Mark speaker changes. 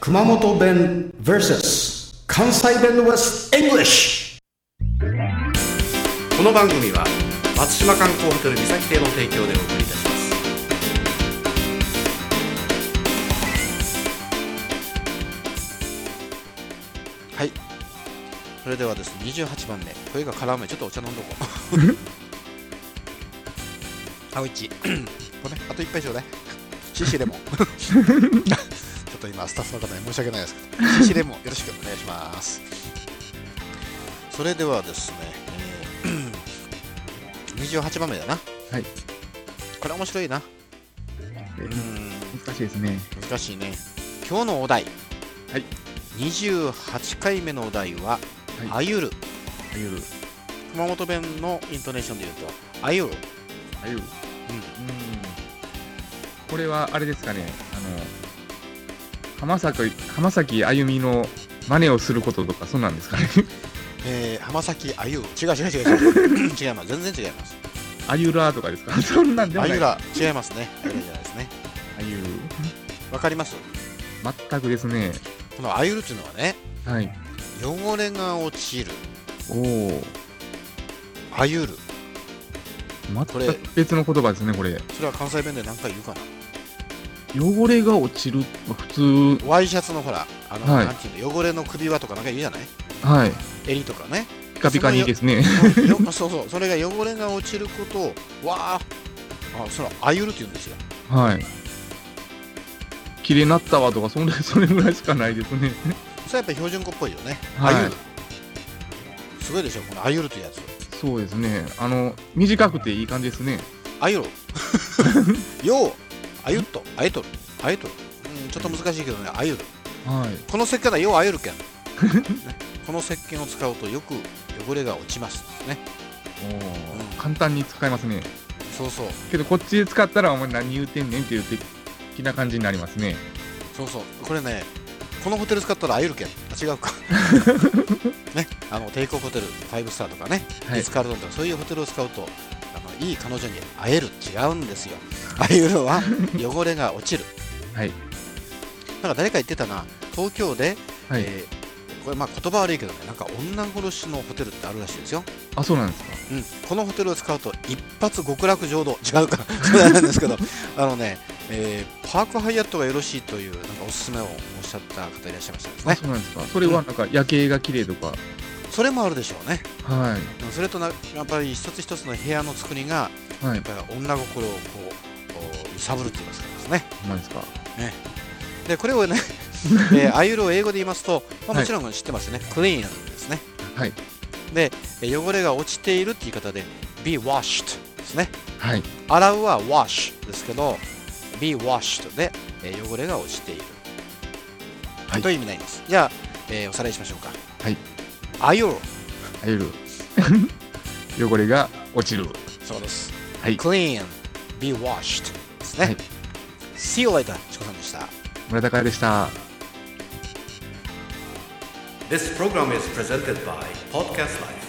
Speaker 1: 熊本弁 vs 関西弁 vs English
Speaker 2: この番組は松島観光ホテル三崎邸の提供でお送りいたしますはいそれではですね28番目声が絡むちょっとお茶飲んどこ う青一ごめんあと一杯ちょうだいシシレ モンちょっと今スタッフの方に申し訳ないですけどシシレモンよろしくお願いしますそれではですね、えー28番目だな
Speaker 3: はい、
Speaker 2: これ面白いな
Speaker 3: え
Speaker 2: う
Speaker 3: ー
Speaker 2: ん
Speaker 3: 難しいですね。
Speaker 2: 難しいね今日のお題
Speaker 3: はい
Speaker 2: 28回目のお題は「
Speaker 3: は
Speaker 2: あゆる
Speaker 3: あゆる、」
Speaker 2: 熊本弁のイントネーションで言うと「あゆる
Speaker 3: あゆる。うん。これはあれですかね、あの、浜崎、浜崎あゆみの真似をすることとか、そうなんですか ね。」
Speaker 2: えー浜崎あゆ」違う違う違う違 う違います全然違います
Speaker 3: あゆらーとかですか そんなんでも
Speaker 2: あ
Speaker 3: ない。
Speaker 2: ゆ。ら違いますねあゆらじゃないですね
Speaker 3: あゆる。
Speaker 2: わかります
Speaker 3: 全くですね。
Speaker 2: この「あゆる」っていうのはね
Speaker 3: はい。
Speaker 2: 汚れが落ちる
Speaker 3: おお。
Speaker 2: 「あゆるこれ
Speaker 3: 全く別の言葉ですね、これ。」
Speaker 2: それは関西弁で何回言うかな
Speaker 3: 汚れが落ちる。普通。
Speaker 2: ワイシャツのほらあの、
Speaker 3: はい
Speaker 2: なんていうの汚れの首輪とかなんか言うじゃない
Speaker 3: はい。
Speaker 2: 襟とかね
Speaker 3: ピカピカにですね。
Speaker 2: よそうそうそれが汚れが落ちることをわああそれはあゆるって言うんですよ
Speaker 3: はい。綺麗になったわとか、そんなそれぐらいしかないですね。
Speaker 2: それはやっぱ標準語っぽいよね、
Speaker 3: はい
Speaker 2: あゆるすごいでしょこのあゆるというやつ
Speaker 3: そうですね。あの、短くていい感じですね。
Speaker 2: あ ゆるようあゆっとあゆとるあゆとるうんちょっと難しいけどねあゆる
Speaker 3: はい。
Speaker 2: この石鹸だようあゆる けん、ねこの石鹸を使うとよく汚れが落ちますね
Speaker 3: お簡単に使えますね。
Speaker 2: そうそう
Speaker 3: けど、こっちで使ったら、お前何言うてんねんっていう的な感じになりますね。
Speaker 2: そうそうこれねこのホテル使ったらあゆるけんあ違う かねあの帝国ホテル5スターとかね
Speaker 3: は
Speaker 2: リ
Speaker 3: い
Speaker 2: ス。カルトンとかそういうホテルを使うとあのいい彼女に会える違うんですよ会える は汚れが落ちる
Speaker 3: はい。
Speaker 2: なんか誰か言ってたな東京で、
Speaker 3: はい。
Speaker 2: えーこれまあ言葉悪いけどねなんか女殺しのホテルってあるらしいですよ、
Speaker 3: あ、そうなんですか。
Speaker 2: うん、このホテルを使うと一発極楽浄土違うか そうなんですけどあのね、えーパークハイアットがよろしいというなんかおすすめをおっしゃった方いらっしゃいましたです
Speaker 3: あ、
Speaker 2: ね
Speaker 3: そうなんですか。それは、なんか、夜景が綺麗とか。
Speaker 2: それもあるでしょうね
Speaker 3: はい。
Speaker 2: でもそれとなやっぱり一つ一つの部屋の作りが
Speaker 3: は
Speaker 2: や
Speaker 3: い
Speaker 2: っ。ぱり女心をこうお揺さぶるって言いますからですね
Speaker 3: ほんまですか。
Speaker 2: でこれ をね、えー、アイルを英語で言いますと、まあ、
Speaker 3: はい
Speaker 2: もちろん知ってますよね、クリーンですね
Speaker 3: はい。
Speaker 2: でえー汚れが落ちているって言い方で be washed ですね
Speaker 3: はい。
Speaker 2: 洗うは wash ですけど be washed で、えー汚れが落ちている、
Speaker 3: はい
Speaker 2: という意味になりますじゃあ、えーおさらいしましょうか
Speaker 3: はい
Speaker 2: アイル
Speaker 3: あゆる。 汚れが落ちる。
Speaker 2: そうです、
Speaker 3: はい
Speaker 2: clean be washed ですね、
Speaker 3: はい
Speaker 2: See you later チコさんでした
Speaker 3: 村高でした。
Speaker 1: This program is presented by Podcast Life